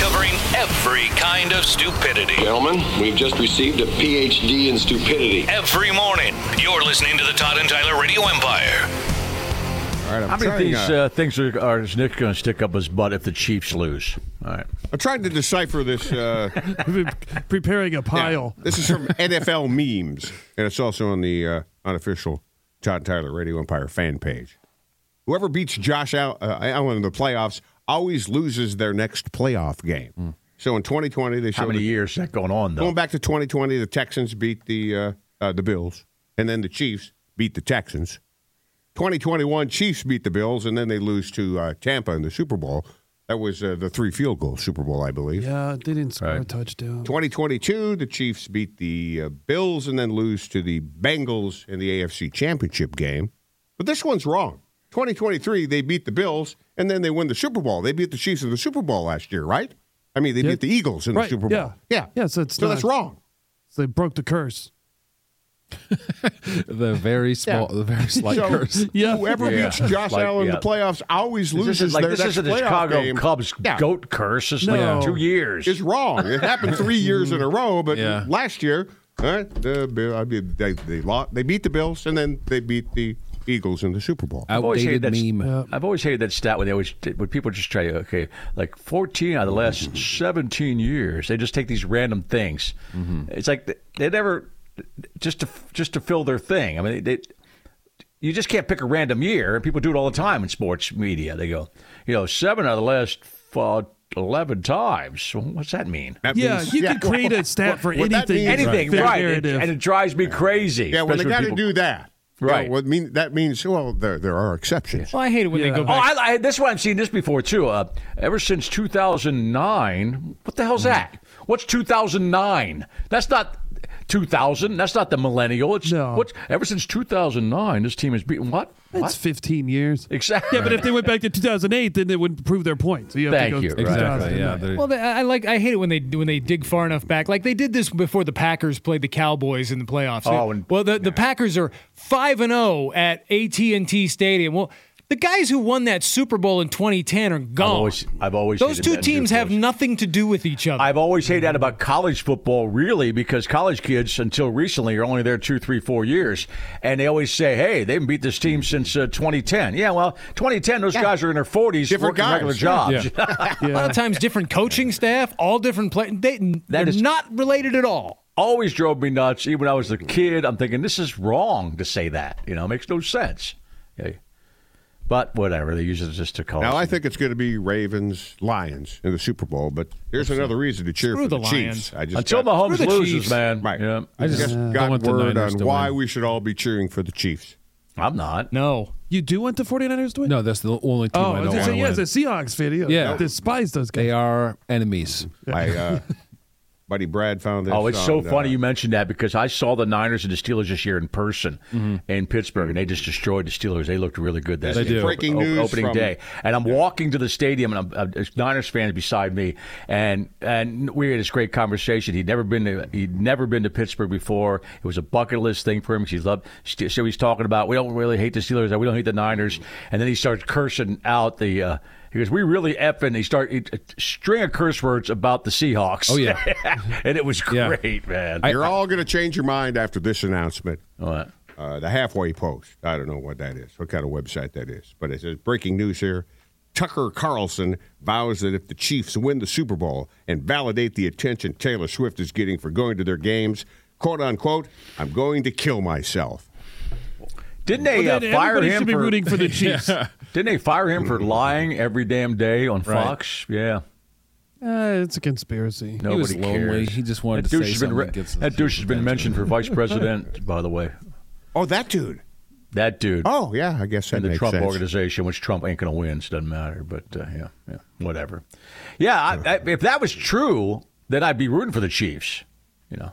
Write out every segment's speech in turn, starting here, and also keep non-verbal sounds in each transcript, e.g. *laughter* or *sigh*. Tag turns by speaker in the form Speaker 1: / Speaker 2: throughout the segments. Speaker 1: Covering every kind of stupidity.
Speaker 2: Gentlemen, we've just received a PhD in stupidity.
Speaker 1: Every morning, you're listening to the Todd and Tyler Radio Empire.
Speaker 3: All right, I'm
Speaker 4: How many of
Speaker 3: trying,
Speaker 4: these
Speaker 3: uh,
Speaker 4: uh, things are, are is Nick going to stick up his butt if the Chiefs lose? All right.
Speaker 3: I'm trying to decipher this.
Speaker 4: *laughs*
Speaker 3: Uh,
Speaker 5: We've been preparing a pile.
Speaker 3: yeah. This is from NFL memes, and it's also on the uh, unofficial Todd Tyler Radio Empire fan page. Whoever beats Josh Al- uh, Allen in the playoffs always loses their next playoff game. So in 2020, they
Speaker 4: Hmm. How
Speaker 3: showed
Speaker 4: many
Speaker 3: the-
Speaker 4: years is that going on though?
Speaker 3: going back to 2020, the Texans beat the uh, uh, the Bills, and then the Chiefs beat the Texans. 2021, Chiefs beat the Bills, and then they lose to uh, Tampa in the Super Bowl. That was uh, the three field goal Super Bowl, I believe.
Speaker 5: Yeah, they didn't score a touchdown.
Speaker 3: 2022, the Chiefs beat the uh, Bills and then lose to the Bengals in the AFC Championship game. But this one's wrong. 2023, they beat the Bills and then they win the Super Bowl. They beat the Chiefs in the Super Bowl last year, right? I mean, they
Speaker 5: Yeah.
Speaker 3: beat the Eagles in
Speaker 5: Right,
Speaker 3: the Super Bowl.
Speaker 5: yeah.
Speaker 3: yeah.
Speaker 5: Yeah, so it's
Speaker 3: that's
Speaker 5: not-
Speaker 3: wrong.
Speaker 5: So they broke the curse.
Speaker 6: The very small, the very slight
Speaker 3: So
Speaker 6: curse.
Speaker 5: Yeah.
Speaker 3: whoever
Speaker 4: Yeah.
Speaker 3: beats Josh
Speaker 4: Like,
Speaker 3: Allen in
Speaker 4: yeah.
Speaker 3: the playoffs always
Speaker 4: this
Speaker 3: loses
Speaker 4: is like
Speaker 3: their
Speaker 4: this
Speaker 3: next
Speaker 4: isn't the
Speaker 3: playoff
Speaker 4: Chicago
Speaker 3: game.
Speaker 4: Cubs
Speaker 3: Yeah.
Speaker 4: goat curse. It's
Speaker 5: No.
Speaker 4: like two years.
Speaker 3: is wrong. It happened three years in a row, but
Speaker 6: Yeah.
Speaker 3: last year, uh, the Bill, I mean, they they, lost, they beat the Bills and then they beat the Eagles in the Super Bowl.
Speaker 4: I've always hated
Speaker 6: *laughs* Outdated
Speaker 4: that
Speaker 6: meme.
Speaker 4: I've always hated that stat when they always when people just try to okay like 14 out of the last 17 years they just take these random things. It's like they- they never just to just to fill their thing. I mean they. You just can't pick a random year, and people do it all the time in sports media. They go, you know, seven out of the last uh, eleven times. Well, What's that mean?
Speaker 3: That
Speaker 5: Yeah,
Speaker 3: means-
Speaker 5: you can
Speaker 3: *laughs*
Speaker 5: create a stat for
Speaker 3: what that
Speaker 5: anything.
Speaker 3: means-
Speaker 4: Anything,
Speaker 5: Fair
Speaker 4: right? And,
Speaker 5: narrative.
Speaker 4: and it drives me crazy.
Speaker 3: Yeah, when they
Speaker 4: especially
Speaker 3: got to
Speaker 4: people-
Speaker 3: do that,
Speaker 4: Right.
Speaker 3: Yeah, well, mean, that means well, there there are exceptions.
Speaker 6: Well, I hate it when they go
Speaker 4: Oh, I, I, this one I've seen this before too. Uh, ever since 2009, what the hell's that? What's 2009? That's not 2000. That's not the millennial. It's
Speaker 5: No.
Speaker 4: what's ever since 2009. This team has beaten what? What?
Speaker 5: That's 15 years.
Speaker 4: exactly.
Speaker 5: Yeah, but if they went back to 2008, then they wouldn't prove their point. So you have
Speaker 4: Thank
Speaker 5: to go
Speaker 4: you,
Speaker 5: to
Speaker 4: right.
Speaker 6: Exactly. Yeah.
Speaker 5: 2009.
Speaker 6: they're-
Speaker 7: Well, they, I I like I hate it when they when they dig far enough back. Like they did this before the Packers played the Cowboys in the playoffs.
Speaker 4: Oh, and-
Speaker 7: well, the, the Packers are five and zero at AT and T Stadium. Well, the guys who won that Super Bowl in 2010 are gone.
Speaker 4: always- I've always
Speaker 7: those
Speaker 4: hated
Speaker 7: two
Speaker 4: that too,
Speaker 7: teams have
Speaker 4: folks.
Speaker 7: nothing to do with each other.
Speaker 4: I've always hated that about college football, really, because college kids, until recently, are only there two, three, four years, and they always say, "Hey, they haven't beat this team since uh, 2010." Yeah, well, 2010, those guys are in their 40s,
Speaker 3: Different
Speaker 4: working
Speaker 3: guys.
Speaker 4: regular jobs. *laughs*
Speaker 7: a lot of times, different coaching staff, all different play. They, they're
Speaker 4: is-
Speaker 7: not related at all.
Speaker 4: always drove me nuts. Even when I was a kid, I'm thinking this is wrong to say that. You know, it makes no sense. Yeah. But whatever, they use it just to call.
Speaker 3: Now
Speaker 4: us-
Speaker 3: I think it's going to be Ravens Lions in the Super Bowl, but here's another reason to cheer
Speaker 7: Screw
Speaker 3: for the,
Speaker 7: the
Speaker 3: Chiefs. I just
Speaker 4: until
Speaker 3: got,
Speaker 4: Mahomes
Speaker 7: the
Speaker 4: loses,
Speaker 7: Chiefs.
Speaker 4: man.
Speaker 3: right,
Speaker 4: Yeah.
Speaker 3: I just
Speaker 6: I
Speaker 3: got
Speaker 6: want the
Speaker 3: word
Speaker 6: Niners
Speaker 3: on
Speaker 6: to
Speaker 3: why
Speaker 6: win.
Speaker 3: we should all be cheering for the Chiefs.
Speaker 4: I'm not.
Speaker 7: No,
Speaker 5: You do want the 49ers to win?
Speaker 6: No, that's the only team
Speaker 5: Oh,
Speaker 6: I
Speaker 5: I
Speaker 6: don't
Speaker 5: was going
Speaker 6: want to
Speaker 5: to say,
Speaker 6: win.
Speaker 5: yeah, it's a Seahawks video.
Speaker 6: Yeah.
Speaker 5: I despise those guys.
Speaker 6: They are enemies.
Speaker 3: *laughs* My uh, buddy Brad found this.
Speaker 4: Oh, it's so
Speaker 3: on,
Speaker 4: funny
Speaker 3: uh,
Speaker 4: you mentioned that because I saw the Niners and the Steelers this year in person in Pittsburgh, and they just destroyed the Steelers. They looked really good that
Speaker 6: They
Speaker 4: day.
Speaker 6: do.
Speaker 3: Breaking news
Speaker 4: opening
Speaker 3: from-
Speaker 4: day, and I'm walking to the stadium, and I'm, I'm there's Niners fans beside me, and and we had this great conversation. He'd never been to he'd never been to Pittsburgh before. It was a bucket list thing for him because he loved. Ste- So he's talking about we don't really hate the Steelers, we don't hate the Niners, and then he starts cursing out the. Uh, he goes, we really effing. He start he, a string of curse words about the Seahawks.
Speaker 6: Oh, yeah.
Speaker 4: and it was
Speaker 6: Yeah.
Speaker 4: great, man.
Speaker 3: You're all going to change your mind after this announcement.
Speaker 4: What?
Speaker 3: uh, the halfway post. I don't know what that is, what kind of website that is. But it says breaking news here. Tucker Carlson vows that if the Chiefs win the Super Bowl and validate the attention Taylor Swift is getting for going to their games, quote unquote, I'm going to kill myself.
Speaker 4: Didn't they
Speaker 5: Well, then
Speaker 4: uh, fire
Speaker 5: everybody
Speaker 4: him
Speaker 5: should be
Speaker 4: for, *laughs*
Speaker 5: rooting for the Chiefs.
Speaker 4: Didn't they fire him for lying every damn day on
Speaker 6: Right.
Speaker 4: Fox? Yeah.
Speaker 5: Uh, it's a conspiracy.
Speaker 6: He was
Speaker 4: Nobody
Speaker 6: lonely.
Speaker 4: cares.
Speaker 6: He just wanted
Speaker 4: that
Speaker 6: to
Speaker 4: douche
Speaker 6: say
Speaker 4: has been
Speaker 6: something
Speaker 4: re-
Speaker 6: that gets his
Speaker 4: That douche has been
Speaker 6: attention.
Speaker 4: mentioned for vice president, by the way.
Speaker 3: Oh, that dude.
Speaker 4: That dude.
Speaker 3: Oh, yeah, I guess that
Speaker 4: in the
Speaker 3: makes
Speaker 4: Trump
Speaker 3: sense.
Speaker 4: organization, which Trump ain't going to win, so it doesn't matter. But uh, yeah, yeah, whatever. Yeah, I, I, if that was true, then I'd be rooting for the Chiefs. You know,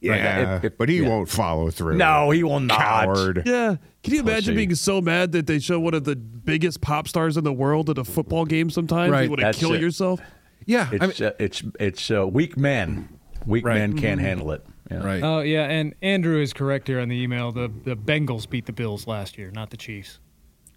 Speaker 3: Yeah,
Speaker 4: If- if-
Speaker 3: but he
Speaker 4: yeah.
Speaker 3: won't follow through.
Speaker 4: no, he will not.
Speaker 3: Coward.
Speaker 5: Yeah. Can you imagine
Speaker 4: Pussy.
Speaker 5: being so mad that they show one of the biggest pop stars in the world at a football game sometimes?
Speaker 6: Right,
Speaker 5: You want to
Speaker 4: that's
Speaker 5: kill
Speaker 4: it.
Speaker 5: yourself?
Speaker 6: Yeah, I mean,
Speaker 4: It's uh, it's it's uh, weak men. Weak men
Speaker 3: Mm-hmm.
Speaker 4: can't handle it. Yeah.
Speaker 6: right.
Speaker 7: Oh yeah, and Andrew is correct here on the email. The the Bengals beat the Bills last year, not the Chiefs.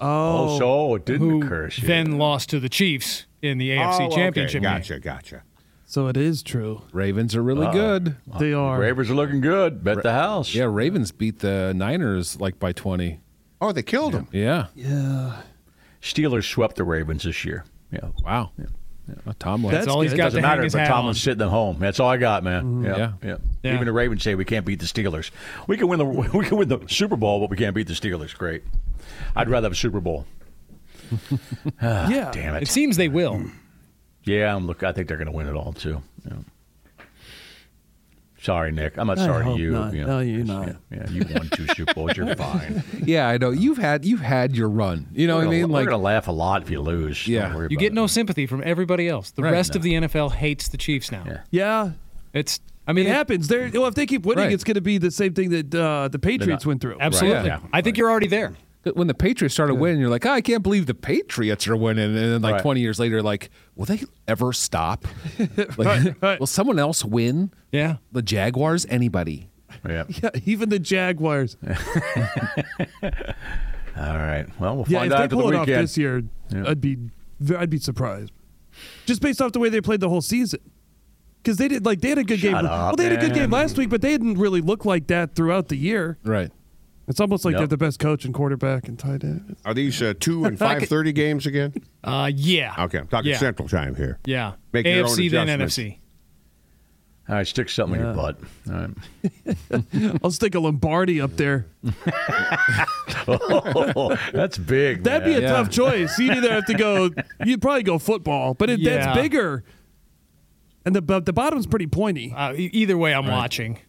Speaker 4: Oh, so it didn't occur. shit.
Speaker 7: Then lost to the Chiefs in the AFC
Speaker 3: Oh, okay,
Speaker 7: Championship game.
Speaker 3: Gotcha, gotcha.
Speaker 5: So it is true.
Speaker 6: Ravens are
Speaker 4: uh,
Speaker 6: really good.
Speaker 5: They are.
Speaker 4: Ravens are looking good. Bet the house.
Speaker 6: Yeah, Ravens beat the Niners like by twenty.
Speaker 3: Oh, they killed him.
Speaker 6: Yeah.
Speaker 4: Steelers swept the Ravens this year. Yeah.
Speaker 6: Wow. Well, Tomlin.
Speaker 7: That's, all he's
Speaker 5: good.
Speaker 7: got
Speaker 4: Doesn't
Speaker 7: to hang
Speaker 4: matter
Speaker 7: his
Speaker 4: if
Speaker 7: hat
Speaker 4: Tomlin's
Speaker 7: on. Mm-hmm.
Speaker 4: sitting at home. That's all I got, man. Yeah,
Speaker 6: Yeah.
Speaker 4: yeah,
Speaker 7: Yeah.
Speaker 4: Even the Ravens say we can't beat the Steelers. We can win the *laughs* we can win the Super Bowl, but we can't beat the Steelers. Great. I'd rather have a Super Bowl.
Speaker 5: yeah.
Speaker 4: Damn it.
Speaker 7: It seems they will.
Speaker 3: Mm.
Speaker 4: yeah, I'm look. I think they're going to win it all too. Yeah. Sorry, Nick. I'm not
Speaker 5: I
Speaker 4: sorry to
Speaker 5: hope
Speaker 4: you.
Speaker 5: not.
Speaker 4: Yeah.
Speaker 5: No, you're
Speaker 4: Yeah,
Speaker 5: not.
Speaker 4: Yeah, you won two Super Bowls. You're fine.
Speaker 6: Yeah, I know. You've had you've had your run. You know
Speaker 4: we're
Speaker 6: what I
Speaker 4: gonna-
Speaker 6: mean?
Speaker 4: we're
Speaker 6: Like
Speaker 4: going to laugh a lot if you lose. Don't
Speaker 6: Yeah.
Speaker 4: worry
Speaker 7: You
Speaker 4: about
Speaker 7: get
Speaker 4: it.
Speaker 7: no sympathy from everybody else. The rest of the NFL hates the Chiefs now.
Speaker 4: Yeah.
Speaker 5: Yeah.
Speaker 7: It's I
Speaker 5: It
Speaker 7: mean it-
Speaker 5: happens. They're, well, if they keep winning,
Speaker 6: Right.
Speaker 5: it's going to be the same thing that uh, the Patriots went through.
Speaker 7: Absolutely.
Speaker 6: Yeah.
Speaker 7: I think you're already there.
Speaker 6: when the Patriots started winning, you're like, oh, I can't believe the Patriots are winning. And then like
Speaker 4: Right.
Speaker 6: 20 years later, like, will they
Speaker 4: *laughs*
Speaker 6: ever stop? Like, *laughs*
Speaker 5: right.
Speaker 6: Will someone else win?
Speaker 7: Yeah.
Speaker 6: The Jaguars? Anybody?
Speaker 4: Yeah.
Speaker 5: Yeah, *laughs* even the Jaguars.
Speaker 4: All right. Well, we'll
Speaker 5: Yeah,
Speaker 4: find
Speaker 5: if
Speaker 4: out
Speaker 5: they
Speaker 4: after the
Speaker 5: pull it off
Speaker 4: weekend.
Speaker 5: this year, I'd be I'd be surprised. Just based off the way they played the whole season. Because they did like they had a good game.
Speaker 4: Shut up,
Speaker 5: well, they had a good
Speaker 4: man.
Speaker 5: game last week, but they didn't really look like that throughout the year.
Speaker 6: Right.
Speaker 5: It's almost like
Speaker 4: Yep.
Speaker 5: they're the best coach and quarterback and tight end.
Speaker 3: Are these uh, two and five thirty games again?
Speaker 7: Uh yeah.
Speaker 3: Okay, I'm talking
Speaker 7: yeah.
Speaker 3: Central Time here.
Speaker 7: Yeah.
Speaker 3: Make your own
Speaker 7: AFC then
Speaker 3: adjustments.
Speaker 7: NFC.
Speaker 4: All right, stick something in your butt. All right.
Speaker 5: I'll stick a Lombardi up there.
Speaker 4: Oh, *laughs* that's big.
Speaker 5: That'd be a
Speaker 4: man.
Speaker 5: tough choice. You'd either have
Speaker 4: *laughs*
Speaker 5: to go, you'd probably go football, but it, that's
Speaker 7: Yeah.
Speaker 5: bigger. And the but the bottom's pretty pointy.
Speaker 7: Uh, e- either way I'm watching. *laughs*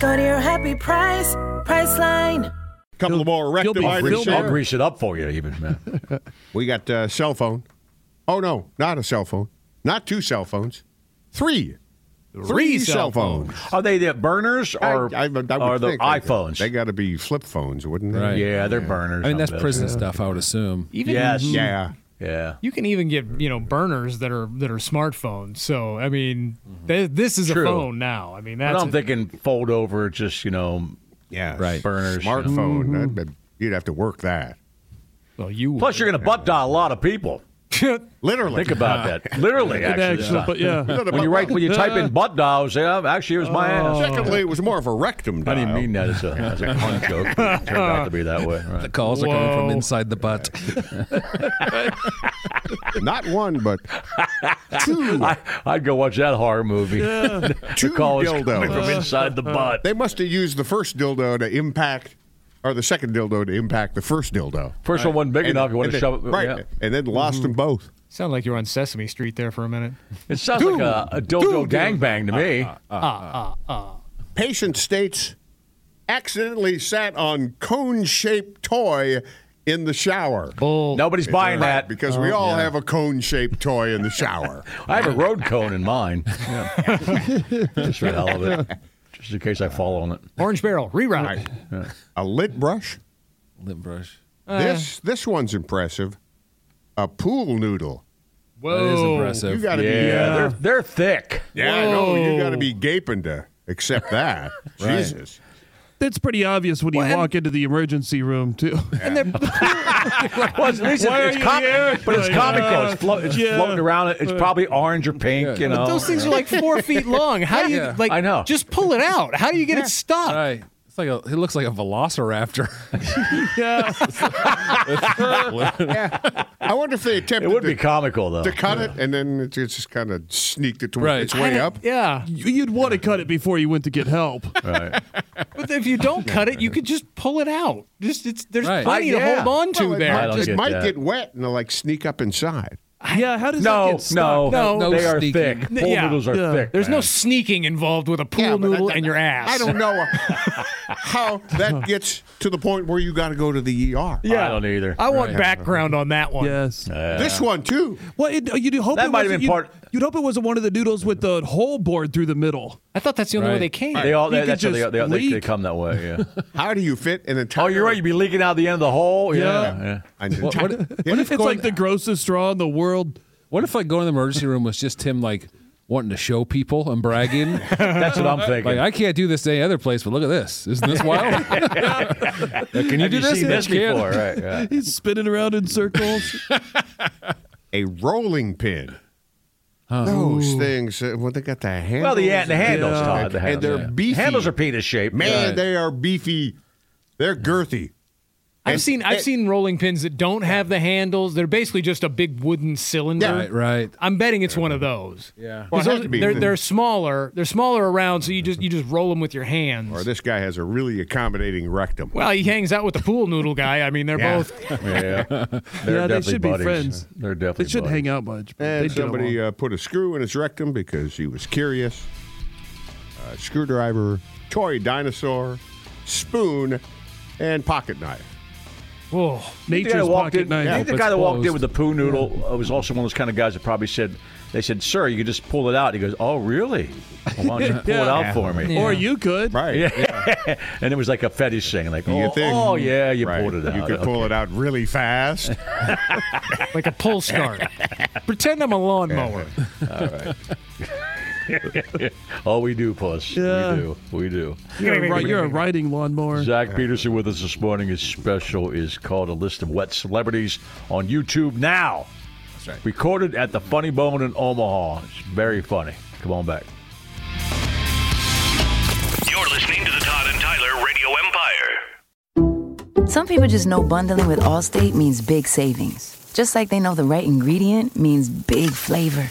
Speaker 8: Go to your happy price, price line.
Speaker 3: couple of more
Speaker 5: he'll be-
Speaker 3: rectum
Speaker 5: he'll
Speaker 3: items.
Speaker 5: be-
Speaker 4: I'll
Speaker 3: there.
Speaker 4: grease it up for you, even man.
Speaker 3: We got uh, cell phone. Oh no, not a cell phone. Not two cell phones. Three. Three, cell
Speaker 7: cell
Speaker 3: phones.
Speaker 4: Are they the burners or
Speaker 3: I- I- I would
Speaker 4: are the
Speaker 3: think they-
Speaker 4: iPhones?
Speaker 3: They got to be flip phones, wouldn't they?
Speaker 6: Right.
Speaker 4: yeah, they're burners.
Speaker 6: I mean, that's
Speaker 4: bet.
Speaker 6: prison stuff, I would assume.
Speaker 7: Even
Speaker 4: Yes.
Speaker 3: Yeah.
Speaker 4: Yeah.
Speaker 7: you can even get, you know, burners that are that are smartphones. So, I mean,
Speaker 3: Mm-hmm.
Speaker 7: th- this is
Speaker 4: True.
Speaker 7: a phone now. I mean,
Speaker 4: But
Speaker 7: that's
Speaker 4: I'm
Speaker 7: a-
Speaker 4: thinking fold over, just you know.
Speaker 3: Yeah.
Speaker 6: Right.
Speaker 4: Burners, Mm-hmm. you know.
Speaker 3: Smartphone. That'd be- You'd have to work that.
Speaker 7: well,
Speaker 3: *laughs*
Speaker 7: you
Speaker 4: Plus, you're going to butt dial a lot of people.
Speaker 3: Literally. *laughs*
Speaker 4: Think about that. Literally,
Speaker 5: And
Speaker 4: actually.
Speaker 5: actually,
Speaker 4: *laughs*
Speaker 5: but yeah.
Speaker 4: When you write, when you type in butt dial, say, oh, actually, it was my ass.
Speaker 3: Secondly, it was more of a rectum dial.
Speaker 4: I didn't mean that as
Speaker 5: *laughs*
Speaker 4: a, as a pun joke. But it turned out to be that way. Right.
Speaker 6: The calls are coming from inside the butt. *laughs*
Speaker 3: Not one, but
Speaker 4: *laughs*
Speaker 3: two.
Speaker 4: *laughs* I, I'd go watch that horror movie. *laughs* the
Speaker 3: Two
Speaker 4: call is
Speaker 3: dildos.
Speaker 4: coming from inside the butt.
Speaker 3: They must have used the first dildo to impact or the second dildo to impact the first dildo.
Speaker 4: First one wasn't big
Speaker 3: And-
Speaker 4: enough. You want
Speaker 3: and
Speaker 4: to
Speaker 3: then-
Speaker 4: shove it.
Speaker 3: right,
Speaker 4: yeah. Mm-hmm.
Speaker 3: and then lost them both.
Speaker 7: Sound like you're on Sesame Street there for a minute.
Speaker 4: It sounds like a, a dildo gangbang to me.
Speaker 3: Uh, Patient states accidentally sat on cone shaped toy in the shower.
Speaker 7: Bull.
Speaker 4: Nobody's buying
Speaker 3: Right,
Speaker 4: that.
Speaker 3: because we all have a cone shaped toy in the shower.
Speaker 4: I have a road cone
Speaker 3: *laughs*
Speaker 4: in mine. *laughs* Just for the hell of it. Just in case I fall on it.
Speaker 7: Orange Barrel reroute.
Speaker 3: a lit brush.
Speaker 6: Lip brush.
Speaker 3: this this one's impressive. A pool noodle.
Speaker 7: Whoa.
Speaker 6: That is
Speaker 3: You
Speaker 6: impressive.
Speaker 3: got to
Speaker 4: Yeah,
Speaker 3: be uh,
Speaker 4: They're, they're thick.
Speaker 3: Yeah, I know. You got to be gaping to accept
Speaker 4: *laughs*
Speaker 3: that. Jesus.
Speaker 5: That's pretty obvious when you walk into the emergency room too. *laughs*
Speaker 7: And they're,
Speaker 4: Well, at least
Speaker 5: Why
Speaker 4: it's,
Speaker 5: are
Speaker 4: it's
Speaker 5: you
Speaker 4: com-
Speaker 5: here?
Speaker 4: but it's
Speaker 5: Like,
Speaker 4: comical.
Speaker 5: uh,
Speaker 4: it's flo- it's
Speaker 5: yeah.
Speaker 4: floating around. It's probably orange or pink. You know,
Speaker 7: those things are like
Speaker 3: *laughs*
Speaker 7: four feet long. How do you
Speaker 6: Yeah.
Speaker 7: like?
Speaker 4: I know.
Speaker 7: Just pull it out. How do you get it stopped?
Speaker 6: All right. It's like a, it looks like a velociraptor.
Speaker 5: yeah.
Speaker 3: I wonder if they
Speaker 4: it
Speaker 3: attempted
Speaker 4: would
Speaker 3: to,
Speaker 4: be comical though.
Speaker 3: to cut it and then it just kind of sneaked it to
Speaker 6: Right.
Speaker 3: its way up.
Speaker 7: Yeah,
Speaker 5: You'd want to cut it before you went to
Speaker 4: *laughs*
Speaker 5: get help.
Speaker 7: but if you don't cut it, you could just pull it out. Just it's there's
Speaker 6: Right.
Speaker 7: plenty
Speaker 4: I- yeah.
Speaker 7: to hold on to
Speaker 3: Well, it
Speaker 7: there.
Speaker 4: I
Speaker 3: might,
Speaker 4: don't
Speaker 3: it
Speaker 4: get
Speaker 3: might
Speaker 4: that.
Speaker 3: get wet and like sneak up inside.
Speaker 5: yeah, how does that
Speaker 4: no,
Speaker 5: get
Speaker 4: no,
Speaker 5: stuck?
Speaker 7: No,
Speaker 6: no
Speaker 4: they are
Speaker 6: sneaking.
Speaker 4: thick.
Speaker 7: N-
Speaker 4: Pool
Speaker 7: yeah.
Speaker 4: noodles are
Speaker 5: Yeah.
Speaker 4: thick.
Speaker 7: There's no
Speaker 4: man.
Speaker 7: scening involved with a pool
Speaker 3: Yeah, but I-
Speaker 7: noodle
Speaker 3: I-
Speaker 7: and your ass.
Speaker 3: I *laughs* don't know how
Speaker 4: *laughs*
Speaker 3: that gets to the point where you got to go to the ER.
Speaker 4: Yeah. I don't either.
Speaker 7: I want background on that one.
Speaker 5: Yes.
Speaker 3: This one too.
Speaker 5: Well, it, you'd hope
Speaker 4: That
Speaker 5: it
Speaker 4: might have
Speaker 5: wasn't-
Speaker 4: been
Speaker 5: you'd-
Speaker 4: part-
Speaker 5: You'd hope it wasn't one of the noodles with the hole bored through the middle.
Speaker 7: I thought that's the only way
Speaker 6: Right.
Speaker 7: they came.
Speaker 4: They all.
Speaker 5: You
Speaker 4: They,
Speaker 5: could
Speaker 4: that's how they,
Speaker 5: just
Speaker 4: they, they, they
Speaker 5: leak.
Speaker 4: come that way. Yeah.
Speaker 3: How do you fit an entire?
Speaker 4: *laughs* oh, you're right. You'd be leaking out the end of the hole. Yeah.
Speaker 5: Yeah.
Speaker 4: yeah.
Speaker 3: I did-
Speaker 6: What, what- what if
Speaker 5: It's
Speaker 6: going-
Speaker 5: like the grossest straw in the world.
Speaker 6: *laughs* What if like going to the emergency room was just him like wanting to show people and *laughs* bragging?
Speaker 4: That's what I'm thinking.
Speaker 6: like I can't do this any other place, but look at this. Isn't this wild? *laughs* Can you
Speaker 4: Have
Speaker 6: do
Speaker 4: you
Speaker 6: this?
Speaker 4: seen
Speaker 6: Yeah,
Speaker 4: this
Speaker 6: I can.
Speaker 4: before? Right. Yeah.
Speaker 5: He's spinning around
Speaker 4: *laughs*
Speaker 5: in circles.
Speaker 3: a rolling pin. Those things, uh, well, they got the handles.
Speaker 4: Well, the, yeah, the handles,
Speaker 5: Yeah.
Speaker 4: Todd. The
Speaker 3: And
Speaker 4: handles,
Speaker 3: they're
Speaker 4: yeah.
Speaker 3: beefy.
Speaker 4: Handles are penis shaped.
Speaker 3: Man,
Speaker 4: Yeah.
Speaker 3: they are beefy. They're girthy.
Speaker 7: I've seen I've seen rolling pins that don't have the handles. They're basically just a big wooden cylinder.
Speaker 6: Right, right.
Speaker 7: I'm betting it's one of those. Yeah.
Speaker 3: Well, it has to be.
Speaker 7: they're, they're smaller. They're smaller around, so you just you just roll them with your hands.
Speaker 3: Or this guy has a really accommodating rectum.
Speaker 7: well, he hangs out with the pool noodle guy. I mean, they're
Speaker 3: Yeah.
Speaker 7: both.
Speaker 4: Yeah, They're
Speaker 5: Yeah, they
Speaker 4: definitely
Speaker 5: should be
Speaker 4: buddies.
Speaker 5: friends.
Speaker 4: They're definitely.
Speaker 5: they shouldn't hang out much. but they
Speaker 3: and
Speaker 5: get along.
Speaker 3: somebody uh, put a screw in his rectum because he was curious. Uh, screwdriver, toy dinosaur, spoon, and pocket knife.
Speaker 7: Whoa.
Speaker 4: The guy that
Speaker 5: Nature's
Speaker 4: walked
Speaker 5: pocket
Speaker 4: in,
Speaker 5: knife.
Speaker 4: I think the guy that
Speaker 6: it's
Speaker 4: walked in
Speaker 6: closed.
Speaker 4: with the poo noodle uh, was also one of those kind of guys that probably said, "They said, sir, you could just pull it out." He goes, "Oh, really? Well, why don't you pull it
Speaker 5: Yeah.
Speaker 4: out for me?"
Speaker 5: Or you could.
Speaker 3: Right.
Speaker 4: And it was like a fetish thing, like,
Speaker 3: Do you
Speaker 4: "Oh,
Speaker 3: think-
Speaker 4: oh, yeah, *laughs* you
Speaker 3: Right.
Speaker 4: pulled it out."
Speaker 3: You could pull it out really fast.
Speaker 7: Like a pull start. Pretend I'm a lawnmower.
Speaker 4: *laughs* Oh, we do, puss.
Speaker 5: Yeah.
Speaker 4: We do. We do.
Speaker 5: You're, a, ri- you're a riding lawnmower.
Speaker 4: Zach Peterson with us this morning. His special is called A List of Wet Celebrities on YouTube now. That's right. Recorded at the Funny Bone in Omaha. It's very funny. Come on back.
Speaker 1: You're listening to the Todd and Tyler Radio Empire.
Speaker 9: Some people just know bundling with Allstate means big savings. Just like they know the right ingredient means big flavor.